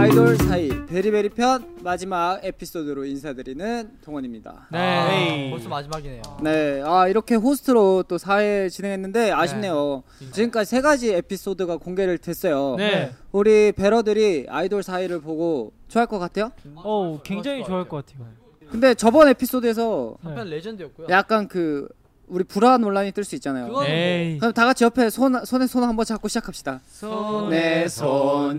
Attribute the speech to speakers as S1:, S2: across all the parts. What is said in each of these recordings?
S1: 아이돌 사이 베리베리 편 마지막 에피소드로 인사드리는 동원입니다.
S2: 네. 벌써 마지막이네요.
S1: 네, 아 이렇게 호스트로 또 4회 진행했는데 아쉽네요. 지금까지 세 가지 에피소드가 공개를 됐어요.
S3: 네.
S1: 우리 베러들이 아이돌 사이를 보고 좋아할 것 같아요?
S3: 어 굉장히 좋아할 것 같아요.
S1: 근데 저번 에피소드에서
S4: 네.
S2: 한편 레전드였고요.
S1: 약간 그 우리 불화 논란이 뜰 수 있잖아요.
S5: 네.
S2: 그거-
S3: 에이.
S1: 그럼 다 같이 옆에 손 손에 손 한번 잡고 시작합시다.
S2: 손에
S1: 네.
S4: 네.
S1: 손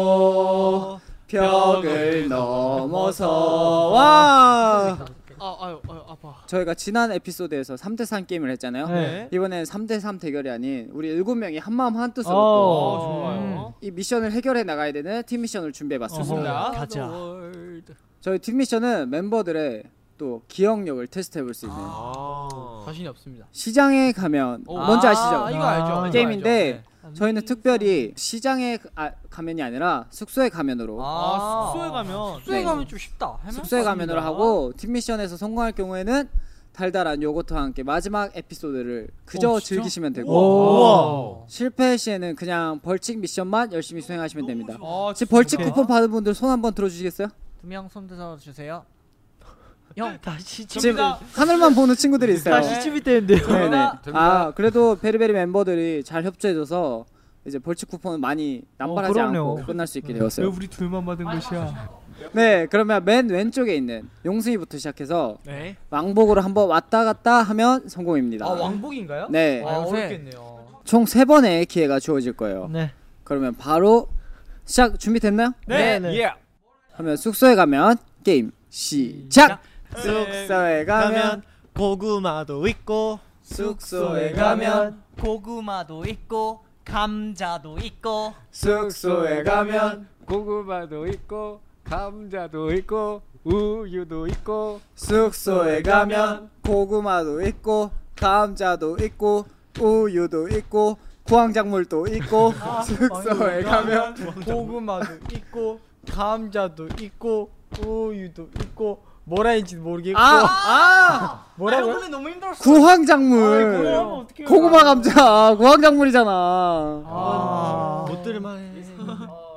S1: 잡고 벽을 넘어서 와.
S2: 아, 아유, 아유, 아파.
S1: 저희가 지난 에피소드에서 3대3 게임을 했잖아요.
S3: 네.
S1: 이번엔 3대3 대결이 아닌 우리 7명이 한마음 한뜻으로
S3: 어.
S5: 아,
S2: 어, 좋아요.
S1: 또 이 미션을 해결해 나가야 되는 팀 미션을 준비해 봤습니다.
S3: 어허.
S2: 자,
S3: 가자.
S2: 아, 월드.
S1: 저희 팀 미션은 멤버들의 또 기억력을 테스트해 볼 수 있는
S2: 자신이 없습니다.
S1: 시장에 가면
S2: 아. 오.
S1: 뭔지
S2: 아,
S1: 아시죠?
S2: 이거
S3: 아.
S2: 알죠. 이거
S1: 게임인데
S2: 알죠. 네.
S1: 저희는 특별히 시장에 아, 가면이 아니라 숙소에 가면으로
S2: 아, 숙소에 가면
S3: 가면
S2: 숙소에 가면 좀 쉽다. 해맑-
S1: 네. 숙소에 가면으로 하고 팀 미션에서 성공할 경우에는 달달한 요거트와 함께 마지막 에피소드를 그저 즐기시면 되고
S3: 우와.
S1: 실패 시에는 그냥 벌칙 미션만 열심히 수행하시면 됩니다.
S3: 아,
S1: 지금 벌칙
S3: 오케이.
S1: 쿠폰 받은 분들 손 한번 들어주시겠어요?
S2: 두명 손대서 주세요. 형, 다시 네.
S1: 지금 하늘만 보는 친구들이 있어요.
S3: 다시 집이 되는데요.
S1: 네네.
S2: 됩니다.
S1: 아 그래도 베리베리 멤버들이 잘 협조해줘서 이제 벌칙 쿠폰은 많이 남발하지
S3: 어, 그럼요. 네.
S1: 않고 끝날 수 있게
S3: 왜
S1: 되었어요.
S3: 우리 둘만 받은
S4: 아.
S3: 것이야?
S1: 네, 그러면 맨 왼쪽에 있는 용승이부터 시작해서
S2: 네.
S1: 왕복으로 한번 왔다 갔다 하면 성공입니다.
S2: 아, 왕복인가요?
S1: 네.
S2: 아,
S3: 요새.
S2: 어렵겠네요.
S1: 총 세 번의 기회가 주어질 거예요.
S3: 네.
S1: 그러면 바로 시작 준비됐나요?
S3: 네. 네.
S2: 예.
S1: 그러면 숙소에 가면 게임 시작. 숙소에 가면
S4: 고구마도 있고
S1: 숙소에
S4: 가면
S2: 고구마도 있고 감자도 있고
S1: 숙소에
S5: 아.
S1: 가면
S6: 고구마도 있고 감자도 있고 우유도 있고
S1: 숙소에 가면 고구마도 있고 감자도 있고 우유도 있고 구황작물도 있고 숙소에 가면
S4: 고구마도 있고 감자도 있고 우유도 있고 뭐라 했는지 모르겠고
S1: 아,
S7: 아,
S1: 아아
S4: 뭐라고요?
S2: 너무 힘들었어.
S1: 구황작물 고구마 감자 구황작물이잖아
S3: 아.
S4: 못 들을만해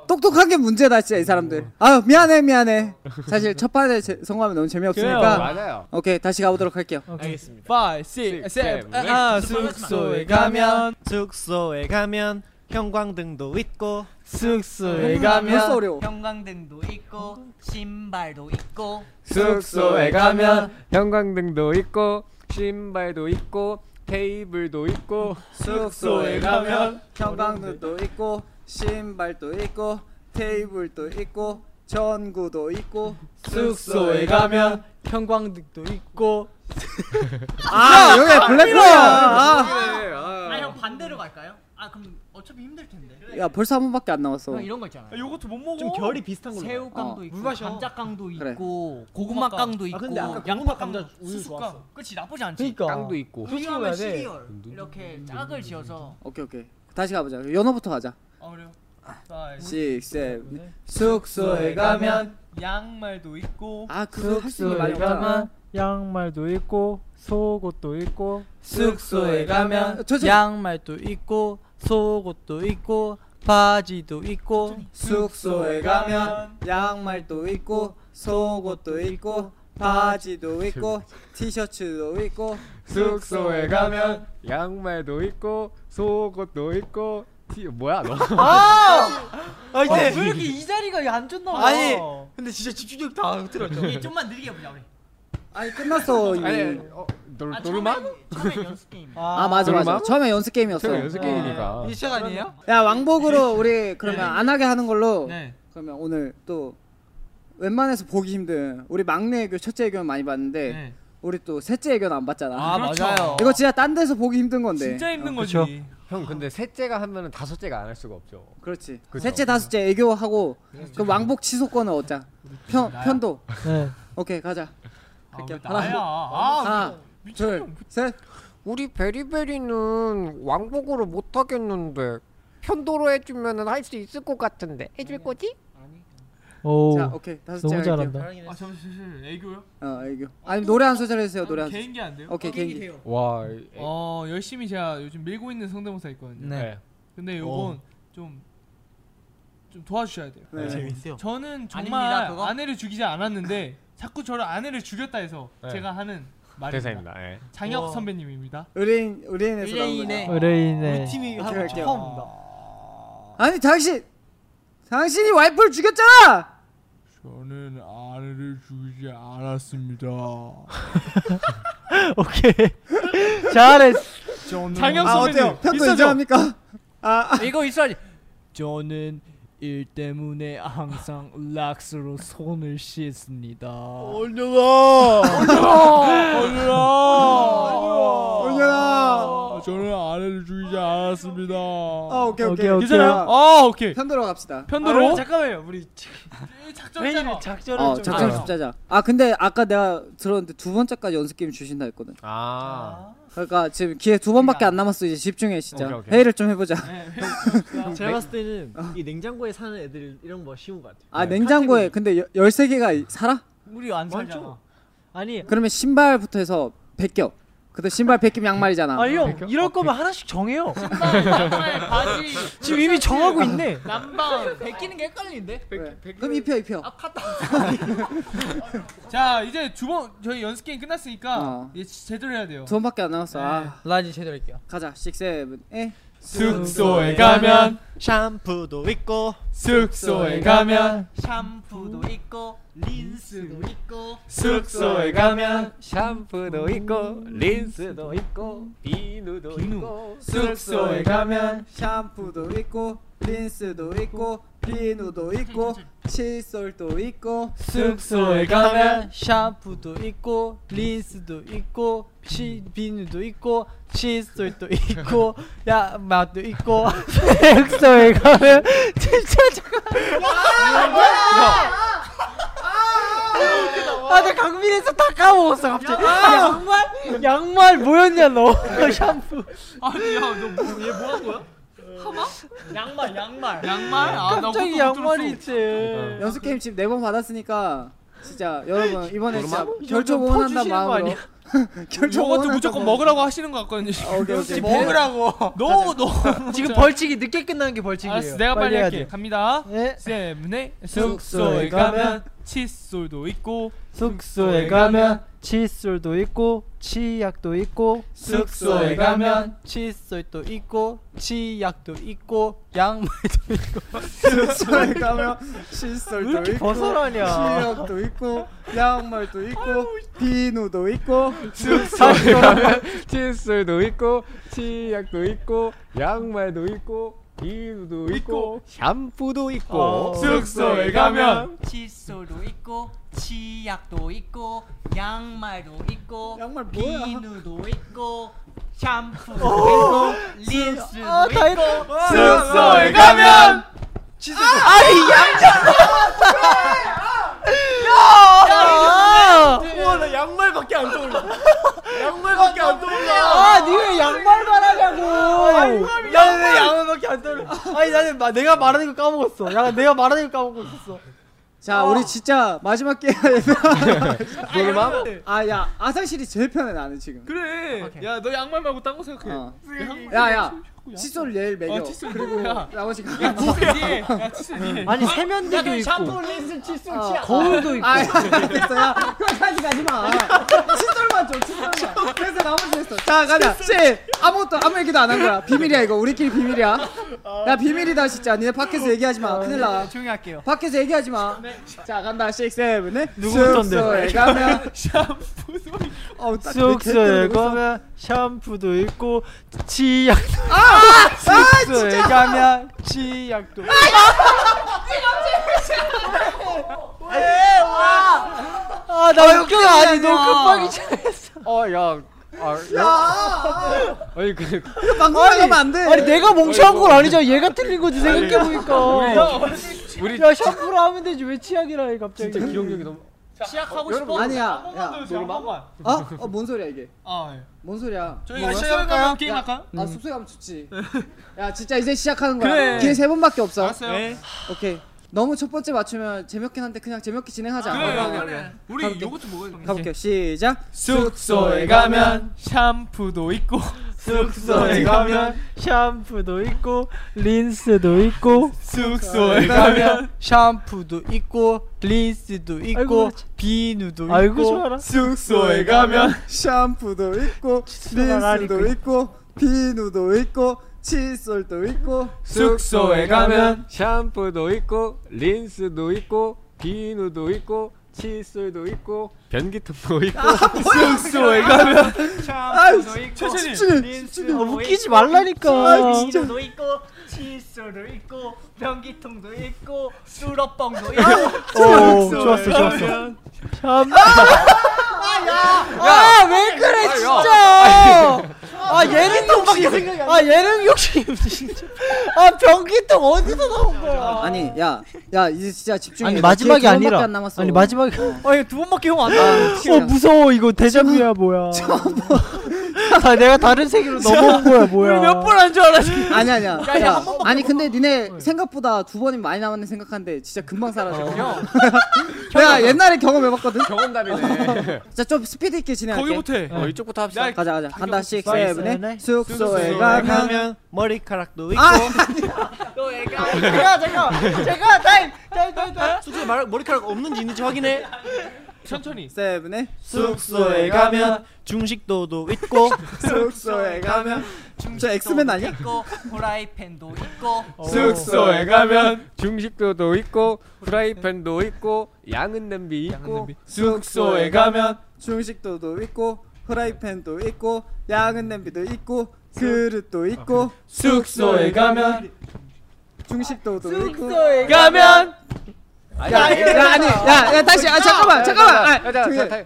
S1: 똑똑한 게 문제다 진짜 이 사람들 아 미안해 미안해 사실 첫 판에 제- 성공하면 너무 재미없으니까
S6: 맞아요.
S1: 오케이 다시 가보도록 할게요
S4: 알겠습니다
S3: 5 6
S6: seven,
S3: 아,
S4: 네. 숙소에 가면 숙소에 가면 형광등도 있고
S3: 숙소에
S1: 아, 벌써 어려워
S7: 형광등도 있고 신발도 있고
S6: 숙소에 가면 형광등도 있고 신발도 있고 테이블도 있고
S1: 숙소에 가면 형광등도 있고 신발도 있고 테이블도 있고 전구도 있고
S4: 숙소에 가면 형광등도 있고
S1: 아 여기 블랙홀이야
S7: 아 형 반대로 갈까요? 아 그럼 어차피 힘들 텐데
S1: 야 벌써 한 번밖에 안 남았어
S7: 형 이런 거 있잖아요
S3: 요것도 못 먹어.
S4: 좀 결이 비슷한 걸로
S7: 새우깡도
S1: 어,
S7: 있고
S4: 물 마셔.
S7: 감자깡도
S1: 그래.
S7: 있고 고구마깡도 아, 있고
S4: 양파 감자
S7: 수수깡 그치 나쁘지 않지
S3: 그러니까.
S6: 땅도 있고
S7: 필요하면
S3: 해야 돼.
S7: 시리얼 이렇게 짝을 지어서
S1: 오케이 오케이 다시 가보자 연어부터 가자 아,
S7: 어 그래요
S1: Six, seven. 숙소에 가면
S7: 양말도 있고
S1: 아 그거 할수 있는 게 많이 없잖아
S3: 양말도 있고 속옷도 있고
S4: 숙소에 가면
S1: 어, 저, 저.
S4: 양말도 있고 속옷도 있고 바지도 있고
S1: 숙소에 가면 양말도 있고 속옷도 있고 바지도 있고 티셔츠도 있고
S6: 숙소에 가면 양말도 있고 속옷도 있고 티 뭐야 너
S4: 아니
S2: 아, 왜
S4: 근데
S2: 이렇게 이 자리가 안 좋나 봐.
S4: 어. 아니
S6: 어.
S4: 근데 진짜 집중력 다 흐트러져
S7: 이게 좀만 느리게 해보자 우리
S1: 아니 끝났어
S6: 아니
S1: 이미
S6: 어,
S7: 아,
S6: 노르만
S7: 처음엔- 처음엔 연습 게임
S1: 아 맞아 맞아
S6: 노르망?
S1: 처음에 연습
S6: 제가
S1: 게임이었어요
S6: 연습 게임이니까
S4: 이 시작 아니에요?
S1: 야 왕복으로 우리 그러면
S4: 네.
S1: 안 하게 하는 걸로
S4: 네
S1: 그러면 오늘 또 웬만해서 보기 힘든 우리 막내 애교 첫째 애교는 많이 봤는데
S4: 네.
S1: 우리 또 셋째 애교는 안 봤잖아
S4: 맞아요
S1: 이거 진짜 딴 데서 보기 힘든 건데
S4: 진짜 힘든 거지
S3: 네. 아, 그쵸.
S6: 형 근데 셋째가 하면은 다섯째가 안 할 수가 없죠.
S1: 어, 그렇지.
S6: 그쵸.
S1: 셋째 다섯째 애교하고 그 왕복 취소권은 얻자. 편 편도.
S3: 네.
S1: 오케이 가자. 갈게요.
S7: 나야.
S1: 하나,
S7: 아,
S1: 하나, 둘, 셋.
S6: 우리 베리베리는 왕복으로 못 하겠는데 편도로 해주면은 할 수 있을 것 같은데 해줄 거지?
S3: 오
S1: 자, 오케이 다섯째
S3: 너무
S1: 갈게요.
S3: 잘한다.
S7: 아, 잠시만, 잠시만. 애교요?
S1: 어 애교. 아니 노래 한 소절 해주세요. 노래 한 소절.
S7: 개인기 안 돼요?
S1: 오케이 개인기.
S6: 와.
S5: 어 열심히 제가 요즘 밀고 있는 성대모사
S3: 음.
S5: 있거든요.
S6: 네.
S5: 근데
S3: 어.
S5: 요건 좀 좀 도와주셔야 돼요.
S1: 네.
S7: 재밌어요.
S5: 저는
S2: 아닙니다,
S5: 정말
S2: 그거.
S5: 아내를 죽이지 않았는데 자꾸 저를 아내를 죽였다 해서
S6: 네.
S5: 제가 하는 말입니다.
S6: 대사입니다. 예.
S5: 장혁
S7: 우와.
S5: 선배님입니다.
S1: 의뢰인 의뢰인에서 나온
S2: 의뢰인의
S1: 거죠.
S4: 아, 네.
S3: 의뢰인의
S7: 팀이
S1: 오케이,
S7: 하고
S1: 갈게요.
S7: 처음이다.
S1: 네. 아니 당신 당신이 와이프를 죽였잖아.
S5: 저는 아내를 죽이지 않았습니다.
S3: 오케이 잘했어.
S5: 장혁
S1: 아 어때요?
S5: 선배님
S1: 편도
S5: 비싸죠?
S1: 인정합니까? 아
S4: 이거 있어야지. 저는 일 때문에 항상 락스로 손을 씻습니다.
S1: 올려라.
S5: 아, 저는 아내를 죽이지 않았습니다.
S1: 아 오케이 오케이. 어,
S3: 오케이, 오케이.
S5: 괜찮아요? 아 오케이.
S1: 편도로 갑시다.
S5: 편도로
S4: 아, 잠깐만요. 우리
S5: 작전 짜봐.
S4: 작전을
S1: 어
S4: 좀
S1: 작전
S4: 짜요.
S1: 숙제자. 아 근데 아까 내가 들었는데 두 번째까지 연습 게임 주신다 했거든.
S6: 아.
S1: 그러니까 지금 기회 두 번밖에 안 남았어 이제 네. 집중해 진짜
S6: 오케이, 오케이.
S1: 회의를 좀 해보자.
S4: 제가 봤을 때는 이 냉장고에 사는 애들 이런 거 쉬운 것 같아요.
S1: 아 냉장고에 근데 1 3 개가 살아?
S2: 우리 안 살잖아.
S4: 많죠? 아니
S1: 그러면 신발부터 해서 벗겨. 그때 신발 벗기면 양말이잖아.
S4: 아 형 이럴 거면 하나씩 정해요. 아, 네,
S2: 바지
S4: 지금 이미 정하고 있네.
S2: 남방 베끼는 게 헷갈리는데.
S1: 네. 그래. 그럼 입혀 입혀.
S5: 자 이제 두 번 저희 연습 게임 끝났으니까
S1: 어.
S5: 이제 제대로 해야 돼요.
S1: 두 번밖에 안 남았어. 아,
S2: 나 이제 제대로 할게요.
S1: 가자. 6, 7, 8.
S5: 숙소에 가면
S4: 샴푸도 있고
S5: 숙소에 가면
S2: 샴푸도 있고 린스도 있고
S5: 숙소에 가면
S6: 샴푸도 있고 린스도 있고 비누도 있고
S5: 숙소에 가면
S1: 샴푸도 있고 린스도 있고 비누도 있고 칫솔도 있고
S5: 숙소에 가면
S4: 샴푸도 있고 린스도 있고 치 비누도 있고 칫솔도 있고 야맛도 있고
S3: 엑소에 가면 진짜
S4: 아나 강민에서 다 까먹었어 갑자기 양말 양말 뭐였냐 너 샴푸
S5: 아니 야너얘뭐한 거야?
S2: 양말 양말.
S5: 양말? 아, 나 그것도
S4: 갑자기
S5: 못 들었어.
S4: 양말이지
S1: 연습 게임 지금 네 번 받았으니까 진짜 여러분 이번에 진짜
S4: 얼마?
S1: 결조
S4: 이거 좀
S1: 응원한다는
S4: 퍼주시는 거
S1: 마음으로 결조
S5: 저것도
S1: 응원한다는
S5: 무조건
S1: 마음으로.
S5: 먹으라고 하시는 것 같거든요.
S1: 아, 오케이 오케이
S5: 먹으라고. 너무 너무.
S4: 지금 벌칙이 늦게 끝나는 게
S5: 알았어,
S4: 벌칙이에요
S5: 내가 빨리,
S4: 빨리 해야
S5: 할게.
S4: 돼.
S5: 갑니다.
S3: 네.
S5: 세븐의
S3: 숙소에
S5: 숙소에
S3: 가면
S5: 가면 칫솔도 있고
S3: 숙소에 가면 칫솔도 있고 치약도 있고
S5: 숙소에 가면
S4: 칫솔도 있고 치약도 있고 양말
S1: 숙소에 가면 칫솔도
S4: 이렇게
S1: 있고
S4: 벗어나냐.
S1: 실력도 있고 양말도 있고 비누도 있고
S4: 아,
S6: 숙소에 가면 칫솔도 있고 치약도 있고 양말도 있고 비누도 있고 샴푸도
S4: 아,
S6: 있고
S5: 숙소에 가면
S2: 음. 칫솔도 있고 치약도 있고 양말도 있고
S1: 양말 뭐야?
S2: 비누도 있고
S3: 어.
S2: 샴푸도 있고 린스도
S3: 아,
S2: 있고
S4: 아,
S5: 숙소에 가면
S4: 와나 양말밖에 안 떠올라 양말밖에 안 떠올라 아 니왜 양말 말하냐고 양말 양말밖에 안 떠올라 아니 나는 마, 내가 말하는 거 까먹었어 야 내가 말하는 거 까먹고 있었어
S1: 자 우리 진짜 마지막 게임
S5: 아,
S6: 그만
S1: 아야 아상실이 제일 편해 나는 지금
S5: 그래. 야 너 양말 말고 딴 거 생각해.
S1: 어.
S5: 내 양말
S1: 야야 칫솔 얘를
S5: 어,
S1: 매겨
S5: 칫솔
S1: 그리고
S5: 야.
S1: 나머지 가
S3: 아,
S5: 칫솔이. 야 칫솔이.
S4: 아니 세면대도 있고
S2: 린스 칫솔
S4: 어. 거울도 있고
S1: 아, 됐어, 야. 그거까지 가지 마. 칫솔만 줘, 칫솔만. 그래서 나머지 됐어. 자, 가자. 씨, 아무것도, 아무 얘기도 안 한 거야. 비밀이야, 이거. 우리끼리 비밀이야. 나 비밀이다, 진짜. 니네 밖에서 얘기하지 마. 큰일 나.
S2: 조용히 할게요.
S1: 밖에서 얘기하지 마. 자, 간다. 6, 7, 네?
S3: 누구부터인데?
S1: 숙소에 가면.
S5: 샴푸도
S1: 어우, 딱그
S3: 숙소에
S1: 개뜨는 거
S3: 가면 샴푸도 있고 치약도
S5: 아!
S4: 숙소에 가면 치약도
S5: 아,
S4: 아,
S5: 아,
S3: 아나 웃겨 아니 아, 너무 급하게
S6: 어야
S4: 아,
S3: 아니 그
S1: 이거 방송 나가면 안 돼.
S3: 아니 내가 멍청한 건 아니잖아. 얘가 틀린 거지 생각해 보니까.
S4: 우리
S3: 야 샴푸로 하면 되지 왜 치약이라 해 갑자기.
S4: 진짜 기억력이 너무
S2: 시작하고
S6: 여러분,
S2: 싶어?
S1: 아니야. 야.
S5: 한 번만.
S1: 어? 어, 뭔 소리야 이게?
S5: 아, 예.
S1: 뭔 소리야?
S5: 저희가 시작할까요? 어, 게임
S1: 야,
S5: 할까요?
S1: 아 숲에 가면 좋지. 야 진짜 이제 시작하는 거야.
S5: 그래.
S1: 기회 세 번밖에 없어.
S5: 알았어요.
S1: 오케이. 너무 첫 번째 맞추면 재밌긴 한데 그냥 재밌게 진행하자.
S5: 그래,
S1: 어,
S5: 그래,
S1: 어, 어.
S5: 그래. 우리 요것도 먹어야
S1: 가볼게요. 시작.
S5: 숙소에 가면 샴푸도 있고
S3: 숙소에 가면 샴푸도 있고 린스도 있고
S5: 숙소에 가면
S4: 샴푸도 있고 린스도 있고
S3: 아이고,
S4: 비누도
S3: 아이고,
S4: 있고
S3: 좋아라.
S5: 숙소에 가면
S1: 샴푸도 있고
S3: 나갈
S1: 린스도
S3: 있고.
S1: 있고 비누도 있고 칫솔도 있고
S5: 숙소에 가면
S4: 샴푸도 있고 린스도 있고 비누도 있고 칫솔도 있고 변기통도
S5: 아,
S4: 있고
S5: 숙소에 가면
S2: 샴푸도
S1: 어,
S2: 있고
S5: 최진이
S2: 린스도
S3: 아, 웃기지 말라니까.
S1: 아, 진짜.
S2: 비누도 있고 칫솔도 있고 변기통도 있고 수러뻥도 있고
S3: 아, 오 좋았어 좋았어. 샴푸.
S4: 야왜 그래 진짜 아 예능용밖에 생각이 안아 예능용심 진짜 아 변기통 어디서 나온 거야
S1: 아니 야, 야 이제 진짜 집중해.
S3: 아니 마지막이
S1: 기회 두 번밖에
S3: 아니라
S1: 안 남았어.
S3: 아니 마지막이
S4: 아 이거 두 번밖에 형 안 나.
S3: 어 무서워 이거 데자뷰야 뭐야 다 내가 다른 세계로 넘어온 거야 뭐야
S4: 몇번한줄 알아 지금
S1: 아니 아니야. 야, 아니 근데 니네 생각보다 두 번이 많이 남았네 생각한데 진짜 금방 사라져. 내가 옛날에 경험해봤거든.
S4: 경험담이네
S1: 자 좀 스피드 있게 진행할게.
S5: 거기부터 해
S4: 어 이쪽부터 합시다
S1: 가자 가자. 간다 식
S3: 가자.
S1: 세븐에
S3: 네.
S1: 숙소에 가면
S4: 머리카락도 있고
S1: 아
S2: 또 애가
S4: 제가 제가 제가 타임 타임 타임 타임 숙소에 말- 머리카락 없는지 있는지 확인해
S5: 천천히
S1: 세븐에
S4: 숙소에 가면 중식도도 있고
S1: 숙소에 가면 저 엑스맨 아니야?
S2: 있고 프라이팬도 있고
S3: 어.
S5: 숙소에 가면
S4: 중식도도 있고 프라이팬도 있고 양은 냄비 있고
S5: 숙소에 가면
S1: 중식도도 있고 프라이팬도 있고 양은 냄비도 있고 그릇도 있고
S5: 숙소에 가면
S1: 중식도도 있고
S5: 가면
S1: 야, 야 아니 야야 다시 아 잠깐만 잠깐만 아, 저기,
S4: 자,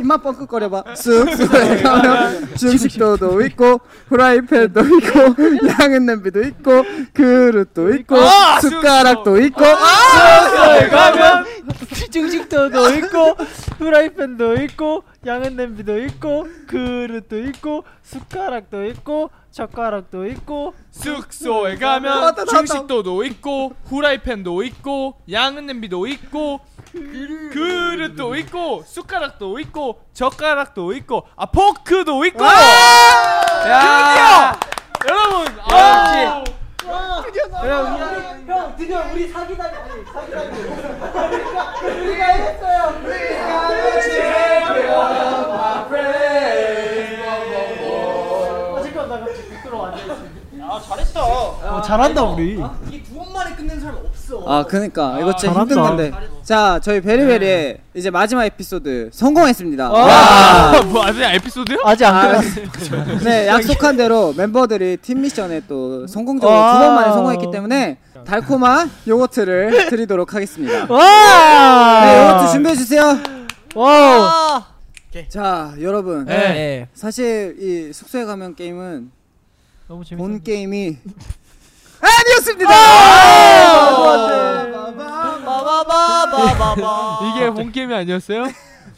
S1: 입만 뻥끗거려봐 숙소에 가면 중식도도 있고 프라이팬도 있고 양은 냄비도 있고 그릇도 있고
S5: 아,
S1: 숟가락도 있고
S3: 아!
S5: 숙소에 가면
S3: 중식도도 있고 프라이팬도 있고 양은 냄비도 있고 그릇도 있고 숟가락도 있고 젓가락도 있고
S5: 숙소에 가면
S1: 왔다, 왔다, 왔다.
S5: 중식도도 있고 후라이팬도 있고 양은 냄비도 있고 그릇도 있고 숟가락도 있고 젓가락도 있고 아 포크도 있고
S4: 야
S5: 여러분 아
S3: 어, 잘한다 우리
S1: 아 그니까 이거 진짜
S3: 잘한다.
S1: 힘든 건데 자 저희 베리베리의 이제 마지막 에피소드
S3: 아,
S1: 성공했습니다
S5: 뭐 아직 에피소드요?
S3: 아직 안 끝났어
S1: 네 약속한 대로 멤버들이 팀 미션에 또 성공적으로
S3: 아.
S1: 두 번 만에 성공했기 때문에 달콤한 요거트를 드리도록 하겠습니다
S3: 아! 와
S1: 네 요거트 준비해주세요
S3: 와우
S2: 아.
S1: 자 여러분
S5: 네.
S3: 예.
S1: 사실 이 숙소에 가면 게임은
S3: 너무 재밌어
S1: 본 게임이 아, 아니었습니다
S4: 바바바바바바
S5: 이게 본 게임이 아니었어요?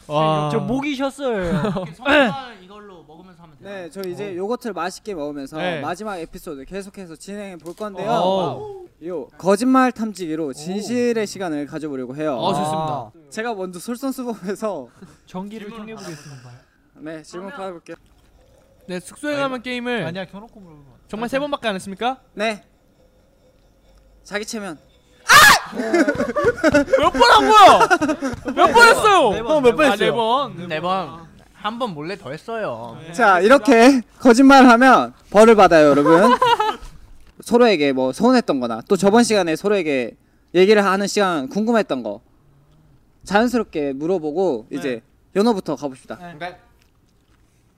S5: 와.
S3: 저 목이 쉬었어요
S2: 이렇게 성공한 이걸로 먹으면서 하면 돼요
S1: 네 저희 이제 요거트를 맛있게 먹으면서
S5: 네.
S1: 마지막 에피소드 계속해서 진행해 볼 건데요
S5: 어.
S1: 요 거짓말 탐지기로 진실의 시간을 가져보려고 해요
S5: 어
S3: 아.
S5: 좋습니다.
S1: 제가 먼저 솔선수범해서
S3: 전기를 통해보겠습니다
S1: 네 질문 받아볼게요
S5: 네 숙소에 가면 게임을
S3: 아니야 켜놓고 물어봐
S5: 정말 세 번밖에 안 했습니까?
S1: 네 자기 체면
S5: 몇 번 한 거야? 몇 번 했어요?
S4: 형몇번
S5: 아네
S4: 했어요?
S5: 번.
S7: 네번한 번 몰래 더 했어요
S1: 자 이렇게 거짓말을 하면 벌을 받아요 여러분 서로에게 뭐 서운했던 거나 또 저번 시간에 서로에게 얘기를 하는 시간 궁금했던 거 자연스럽게 물어보고 이제 연어부터 가봅시다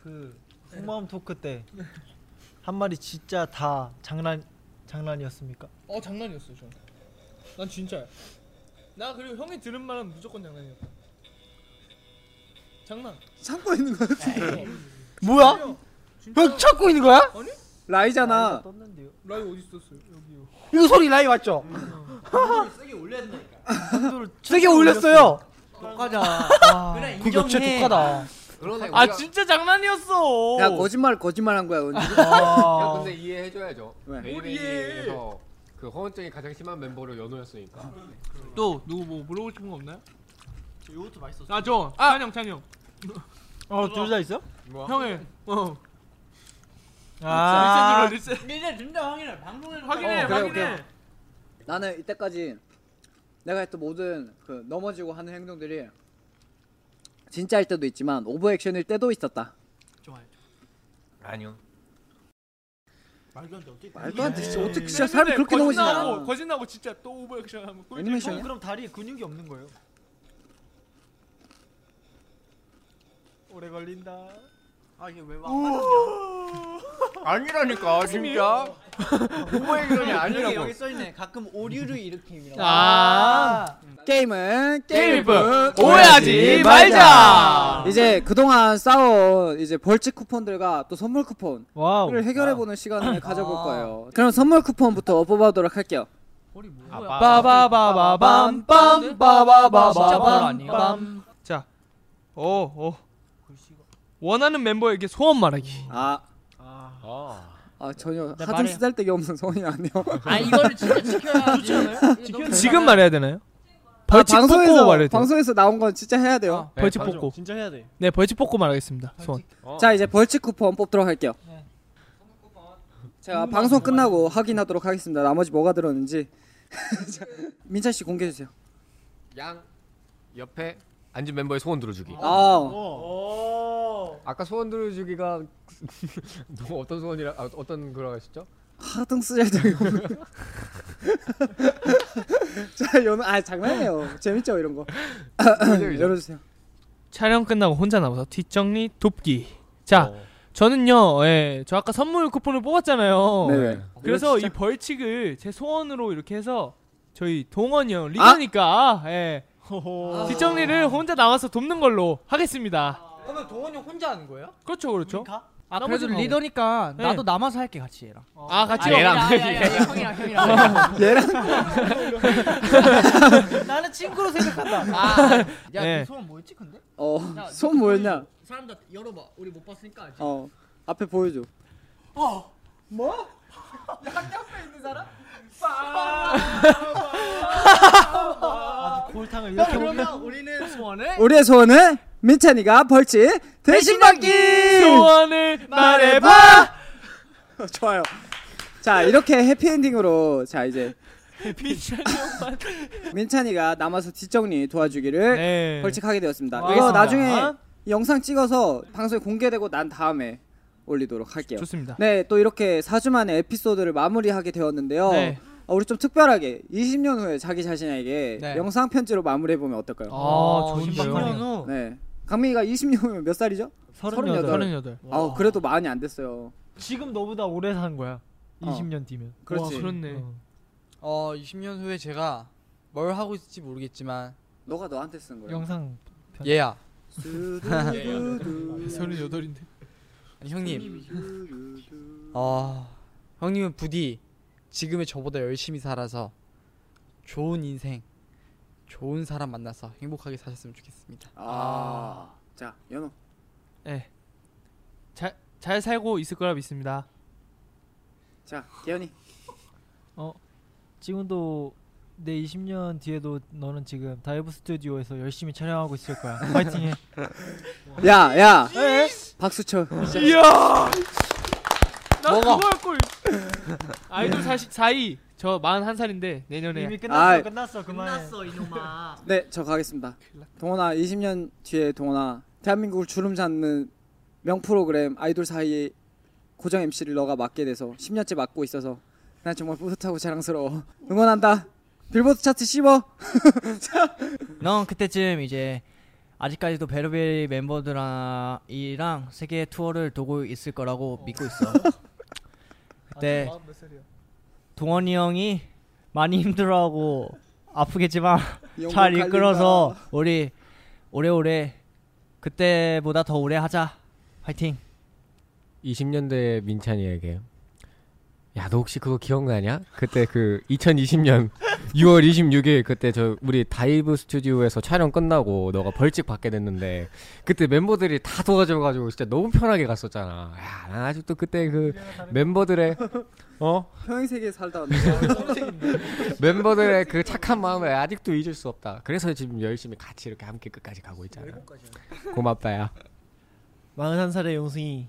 S3: 그 홍마음 토크 때 한 마리 진짜 다 장난 장난이었습니까?
S5: 어 장난이었어 저. 난 진짜야. 나 그리고 형이 들은 말은 무조건 장난이었다. 장난.
S1: 참고 있는 거 같은데
S4: 뭐야? 형 찾고 있는 거야?
S1: 라이잖아.
S5: 라이 어디 있었어요? 여기요.
S4: 이거 소리 라이 맞죠?
S7: 세게 올려야 된다니까.
S4: 세게 올렸어요.
S2: 독하자.
S3: 아,
S7: 그래
S4: 그
S7: 인정해.
S4: 역체 독하다.
S6: 그러네.
S5: 아
S6: 우리가-
S5: 진짜 장난이었어.
S1: 야 거짓말 거짓말 한 거야 오늘.
S6: 야,
S4: 아.
S6: 근데 이해해줘야죠.
S1: 왜?
S6: 베이베이에서 그 허언증이 가장 심한 멤버로 연호였으니까.
S5: 또 누구 뭐 물어보고 싶은 거 없나요?
S7: 요거트 맛있었어.
S5: 아 저. 아 찬영 찬영.
S4: 어, 둘 다 있어?
S5: 형의. 어.
S4: 아.
S5: 리셋으로 리셋.
S7: 이제 진짜 확인해. 방송에서
S5: 확인해
S1: 어, 그래,
S5: 확인해.
S1: 오케이. 나는 이때까지 내가 했던 모든 그 넘어지고 하는 행동들이 진짜일 때도 있지만 오버 액션일 때도 있었다.
S7: 좋아요.
S4: 아니요.
S7: 말도 안 돼. 어떻게?
S1: 말도 안 돼. 진짜 어떻게 진짜 사람이 그렇게 넘어지냐?
S5: 거짓나고 거짓나고 진짜 또 오버액션 하면 꿀.
S1: 애니메이션이야?
S2: 그럼 다리에 근육이 없는 거예요?
S5: 오래 걸린다.
S7: 아 이게 왜 막? 화났냐?
S4: 아니라니까 진짜.
S7: 여기, 여기 써 있네. 가끔 오류를 일으킵니다.
S5: 아.
S1: 게임은 게임이고
S5: 오해하지 말자.
S1: 이제 그동안 쌓아온 이제 벌칙 쿠폰들과 또 선물 쿠폰을
S4: 와우. 아.
S1: 해결해 보는 시간을 가져볼 거예요. 그럼 선물 쿠폰부터 뽑아보도록 할게요.
S7: 머리 뭐야?
S4: 빠바바바밤 빰
S3: 아,
S7: 진짜 바로
S4: 빠바바바밤
S7: 아니에요?
S4: 빰.
S5: 자. 오 오. 어, 원하는 멤버에게 소원 말하기.
S1: 아. 아 전혀 하등
S7: 말해요.
S1: 쓰잘데기 없는 소원이 아니요.
S7: 아 이거를 진짜 지켜야 좋지 않아요?
S5: 지금 말해야 되나요? 벌칙 뽑고 말해야
S1: 아, 방송에서
S5: 돼요. 네,
S1: 방송에서 나온 건 진짜 해야 돼요.
S5: 벌칙 뽑고.
S2: 진짜 해야 돼.
S5: 네 벌칙 뽑고 말하겠습니다. 소원.
S1: 자 이제 벌칙 쿠폰 뽑도록 할게요. 제가 방송 끝나고 확인하도록 하겠습니다. 나머지 뭐가 들었는지 자, 민찬 씨 공개해 주세요.
S6: 양 옆에 앉은 멤버의 소원 들어주기.
S1: 아
S6: 아까 소원 들어주기가 너무 어떤 소원이라 아, 어떤 그런 하셨죠?
S1: 하등 쓰잘데기 없는. 자 연우 아 장난이에요. 재밌죠 이런 거. 열어주세요.
S5: 촬영 끝나고 혼자 남아서 뒷정리 돕기. 자, 저는요, 예, 저 아까 선물 쿠폰을 뽑았잖아요.
S1: 네.
S5: 그래서 이 벌칙을 제 소원으로 이렇게 해서 저희 동원이
S1: 아!
S5: 형 리더니까 예,
S7: 아.
S5: 뒷정리를 혼자 나와서 돕는 걸로 하겠습니다.
S4: 그러면 동원이 형 혼자 하는 거예요?
S5: 그렇죠, 그렇죠.
S7: 아
S5: 나머지
S7: 그래도
S5: 가고.
S7: 리더니까
S5: 네.
S7: 나도 남아서 할게 같이 얘랑.
S5: 아, 같이
S7: 아,
S5: 먹자.
S7: 아니, 아니, 아니, 형이랑
S4: 어.
S7: 형이랑.
S4: 나는 친구로 생각한다.
S7: 아, 야,
S4: 예.
S5: 네.
S7: 그 소원 뭐였지 근데? 야,
S1: 어손 뭐였냐?
S7: 사람들 열어봐. 우리 못 봤으니까 알지.
S1: 어 앞에 보여줘.
S4: 골탕을
S7: 형, 그러면 우리는 소원을
S1: 우리의 소원은 민찬이가 벌칙 대신 받기.
S5: 소원을 예. 말해봐.
S1: 좋아요. 자 이렇게 해피엔딩으로 자 이제
S5: 민찬이 형만.
S1: 민찬이가 남아서 뒷정리 도와주기를
S5: 네.
S1: 벌칙하게 되었습니다.
S5: 와.
S1: 이거
S5: 알겠습니다.
S1: 나중에 이 영상 찍어서 방송에 공개되고 난 다음에 올리도록 할게요.
S5: 좋습니다.
S1: 네, 또 이렇게 4주 만에 에피소드를 마무리하게 되었는데요.
S5: 네.
S1: 어, 우리 좀 특별하게 20년 후에 자기 자신에게
S5: 네.
S1: 영상 편지로 마무리해 보면 어떨까요?
S5: 아,
S4: 신박해요.
S5: 좋은데요.
S1: 네. 강민이가 20년 후면 몇 살이죠? 서른여덟.
S5: 서른여덟. 어.
S1: 아, 그래도 많이 안 됐어요.
S4: 지금 너보다 오래 산 거야.
S1: 어.
S4: 20년 뒤면.
S1: 그렇지.
S5: 와, 그렇네.
S4: 어, 20년 후에 제가 뭘 하고 있을지 모르겠지만
S1: 너가 너한테 쓴 거야.
S4: 영상 얘야.
S5: 네.
S1: 두두두두.
S5: 서른여덟인데.
S4: 아니, 형님.
S7: 음.
S4: 어, 형님은 부디 지금의 저보다 열심히 살아서 좋은 인생, 좋은 사람 만나서 행복하게 사셨으면 좋겠습니다.
S1: 아. 자, 연호.
S5: 네. 잘, 잘 살고 있을 거라 믿습니다.
S1: 자, 개연이.
S3: 지금도 내 20년 뒤에도 너는 지금 다이브 스튜디오에서 열심히 촬영하고 있을 거야. 파이팅해.
S1: 야, 야. 네. 박수 쳐.
S5: 이야. 나 그거 할 걸. 아이돌 40, 4위. 저 41살인데 내년에
S2: 이미 끝났어,
S1: 아이.
S2: 끝났어, 그만해.
S7: 끝났어 이놈아.
S1: 네, 저 가겠습니다. 동원아, 20년 뒤에 동원아, 대한민국을 주름 잡는 명 프로그램 아이돌 사이에 고정 MC를 너가 맡게 돼서 10년째 맡고 있어서 난 정말 뿌듯하고 자랑스러워. 응원한다. 빌보드 차트 씹어.
S2: 넌 그때쯤 이제 아직까지도 베르베리 멤버들이랑 세계 투어를 도고 있을 거라고 믿고 있어.
S1: 아,
S2: 그때 동원이 형이 많이 힘들어하고 아프겠지만
S1: 영국
S2: 잘
S1: 갈린다.
S2: 이끌어서 우리 오래오래 그때보다 더 오래 하자. 화이팅.
S6: 20년대 민찬이에게 야 너 혹시 그거 기억나냐? 그때 그 2020년 6월 26일 그때 저 우리 다이브 스튜디오에서 촬영 끝나고 너가 벌칙 받게 됐는데 그때 멤버들이 다 도와줘가지고 진짜 너무 편하게 갔었잖아. 야, 난 아직도 그때 그 멤버들의 어
S1: 평행 세계에 살다 왔는데
S6: 멤버들의 그 착한 마음을 아직도 잊을 수 없다. 그래서 지금 열심히 같이 이렇게 함께 끝까지 가고 있잖아. 고맙다야.
S4: 41살의 용승이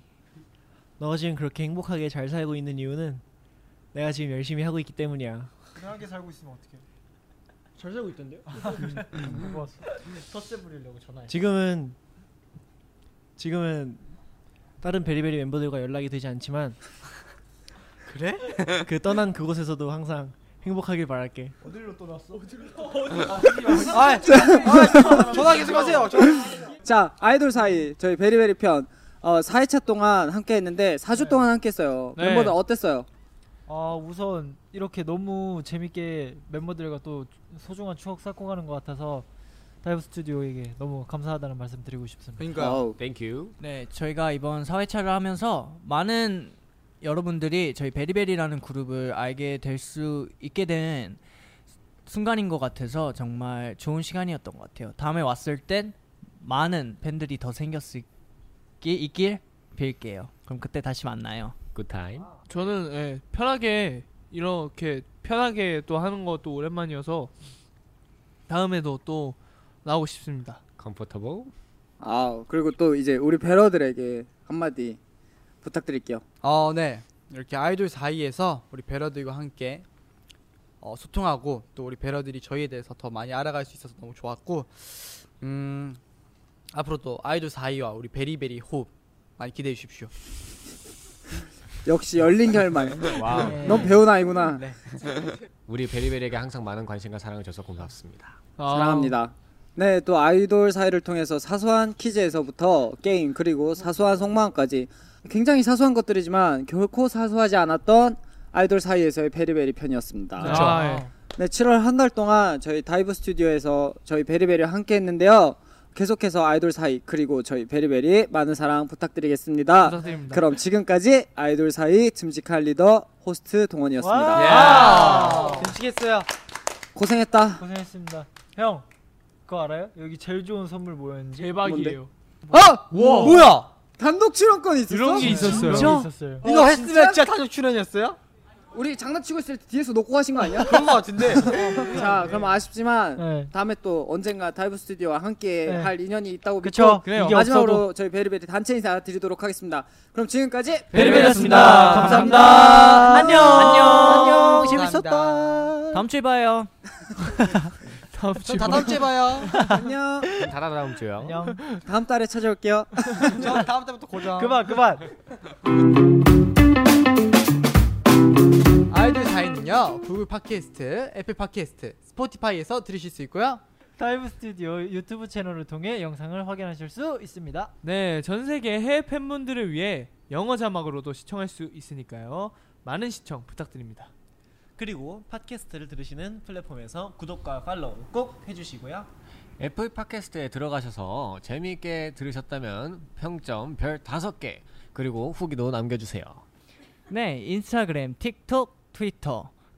S4: 너가 지금 그렇게 행복하게 잘 살고 있는 이유는 내가 지금 열심히 하고 있기 때문이야
S3: 편하게 살고 있으면 어떻게?
S4: 잘 살고 있던데요?
S3: 텃세 부리려고 전화해.
S4: 지금은 지금은 다른 베리베리 멤버들과 연락이 되지 않지만 그래? 그 떠난 그곳에서도 항상 행복하길 바랄게
S3: 어디로 또 났어?
S4: 아, 전화 계속 하세요
S1: 자 아이돌 사이 저희 베리베리 편 어, 4회차 동안 함께했는데 4주 동안 함께했어요
S5: 네.
S1: 멤버들 어땠어요?
S3: 아 우선 이렇게 너무 재밌게 멤버들과 또 소중한 추억 쌓고 가는 것 같아서 다이브 스튜디오에게 너무 감사하다는 말씀 드리고 싶습니다.
S4: 그러니까
S1: 어우,
S6: Thank you.
S2: 네, 저희가 이번 사회차를 하면서 많은 여러분들이 저희 베리베리라는 그룹을 알게 될 수 있게 된 순간인 것 같아서 정말 좋은 시간이었던 것 같아요. 다음에 왔을 땐 많은 팬들이 더 생겼을 게 있길 빌게요. 그럼 그때 다시 만나요.
S6: Good time.
S5: 저는 예, 편하게 이렇게 편하게 또 하는 것도 오랜만이어서 다음에도 또 나오고 싶습니다.
S6: Comfortable.
S1: 아우 그리고 또 이제 우리 배러들에게 한마디 부탁드릴게요
S4: 어, 네. 이렇게 아이돌 사이에서 우리 베러들과 함께 어, 소통하고 또 우리 베러들이 저희에 대해서 더 많이 알아갈 수 있어서 너무 좋았고 음, 앞으로도 아이돌 사이와 우리 베리베리 호흡 많이 기대해 주십시오.
S1: 역시 열린 결말
S4: 네.
S6: 와우.
S1: 넌 배운 아이구나
S6: 우리 베리베리에게 항상 많은 관심과 사랑을 줘서 고맙습니다.
S1: 사랑합니다. 네, 또 아이돌 사이를 통해서 사소한 퀴즈에서부터 게임 그리고 사소한 속마음까지 굉장히 사소한 것들이지만 결코 사소하지 않았던 아이돌 사이에서의 베리베리 편이었습니다.
S5: 아, 아, 예.
S1: 네, 7월 한 달 동안 저희 다이브 스튜디오에서 저희 베리베리와 함께 했는데요. 계속해서 아이돌 사이 그리고 저희 베리베리 많은 사랑 부탁드리겠습니다.
S5: 부탁드립니다.
S1: 그럼 지금까지 아이돌 사이 듬직한 리더 호스트 동원이었습니다.
S5: 예. 아.
S4: 재밌겠어요.
S1: 고생했다.
S3: 아, 고생했습니다. 형 그거 알아요? 여기 제일 좋은 선물 뭐였는지?
S5: 대박이에요.
S1: 어!
S4: 뭐야?
S1: 단독 출연권 있었어?
S5: 이런 게 있었어요.
S3: 여기 있었어요.
S4: 이거 했으면 진짜, 단독 출연이었어요?
S1: 우리 장난치고 있을 때 뒤에서 놓고 가신 거 아니야?
S4: 그런 거 같은데.
S1: 자, 그럼 아쉽지만
S3: 네.
S1: 다음에 또 언젠가 다이브 스튜디오와 함께
S3: 네.
S1: 할 인연이 있다고
S3: 그쵸.
S1: 믿고
S5: 그래요.
S3: 이게
S1: 마지막으로
S3: 없어도.
S1: 저희 베리베리 단체 인사 드리도록 하겠습니다. 그럼 지금까지
S4: 베리베리였습니다.
S1: 감사합니다.
S2: 안녕.
S4: 안녕. 재밌었다.
S2: 다음 주에 봐요.
S5: 다음 주
S4: 다 다음 주에 봐요.
S1: 안녕.
S6: 다다 다음 주요.
S3: 안녕.
S1: 다음 달에 찾아올게요.
S4: 저 다음 달부터 고정.
S3: 그만 그만.
S4: 아이돌 사이는요 구글 팟캐스트, 애플 팟캐스트, 스포티파이에서 들으실 수 있고요.
S3: 다이브 스튜디오 유튜브 채널을 통해 영상을 확인하실 수 있습니다.
S5: 네, 전 세계 해외 팬분들을 위해 영어 자막으로도 시청할 수 있으니까요. 많은 시청 부탁드립니다.
S8: 그리고 팟캐스트를 들으시는 플랫폼에서 구독과 팔로우 꼭 해주시고요.
S6: 애플 팟캐스트에 들어가셔서 재미있게 들으셨다면 평점 별 5개 그리고 후기도 남겨주세요.
S2: 네, 인스타그램, 틱톡, 트위터,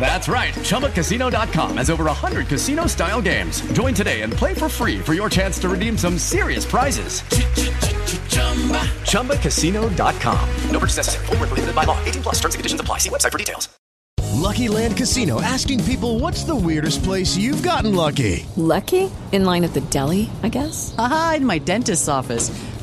S9: That's right. ChumbaCasino.com has over 100 casino style games. Join today and play for free for your chance to redeem some serious prizes. ChumbaCasino.com. No purchase necessary. Void where prohibited by law. 18 plus terms and conditions apply. See website for details.
S10: Lucky Land Casino asking people what's the weirdest place you've gotten lucky?
S11: Lucky? In line at the deli, I guess? Aha, in my dentist's office.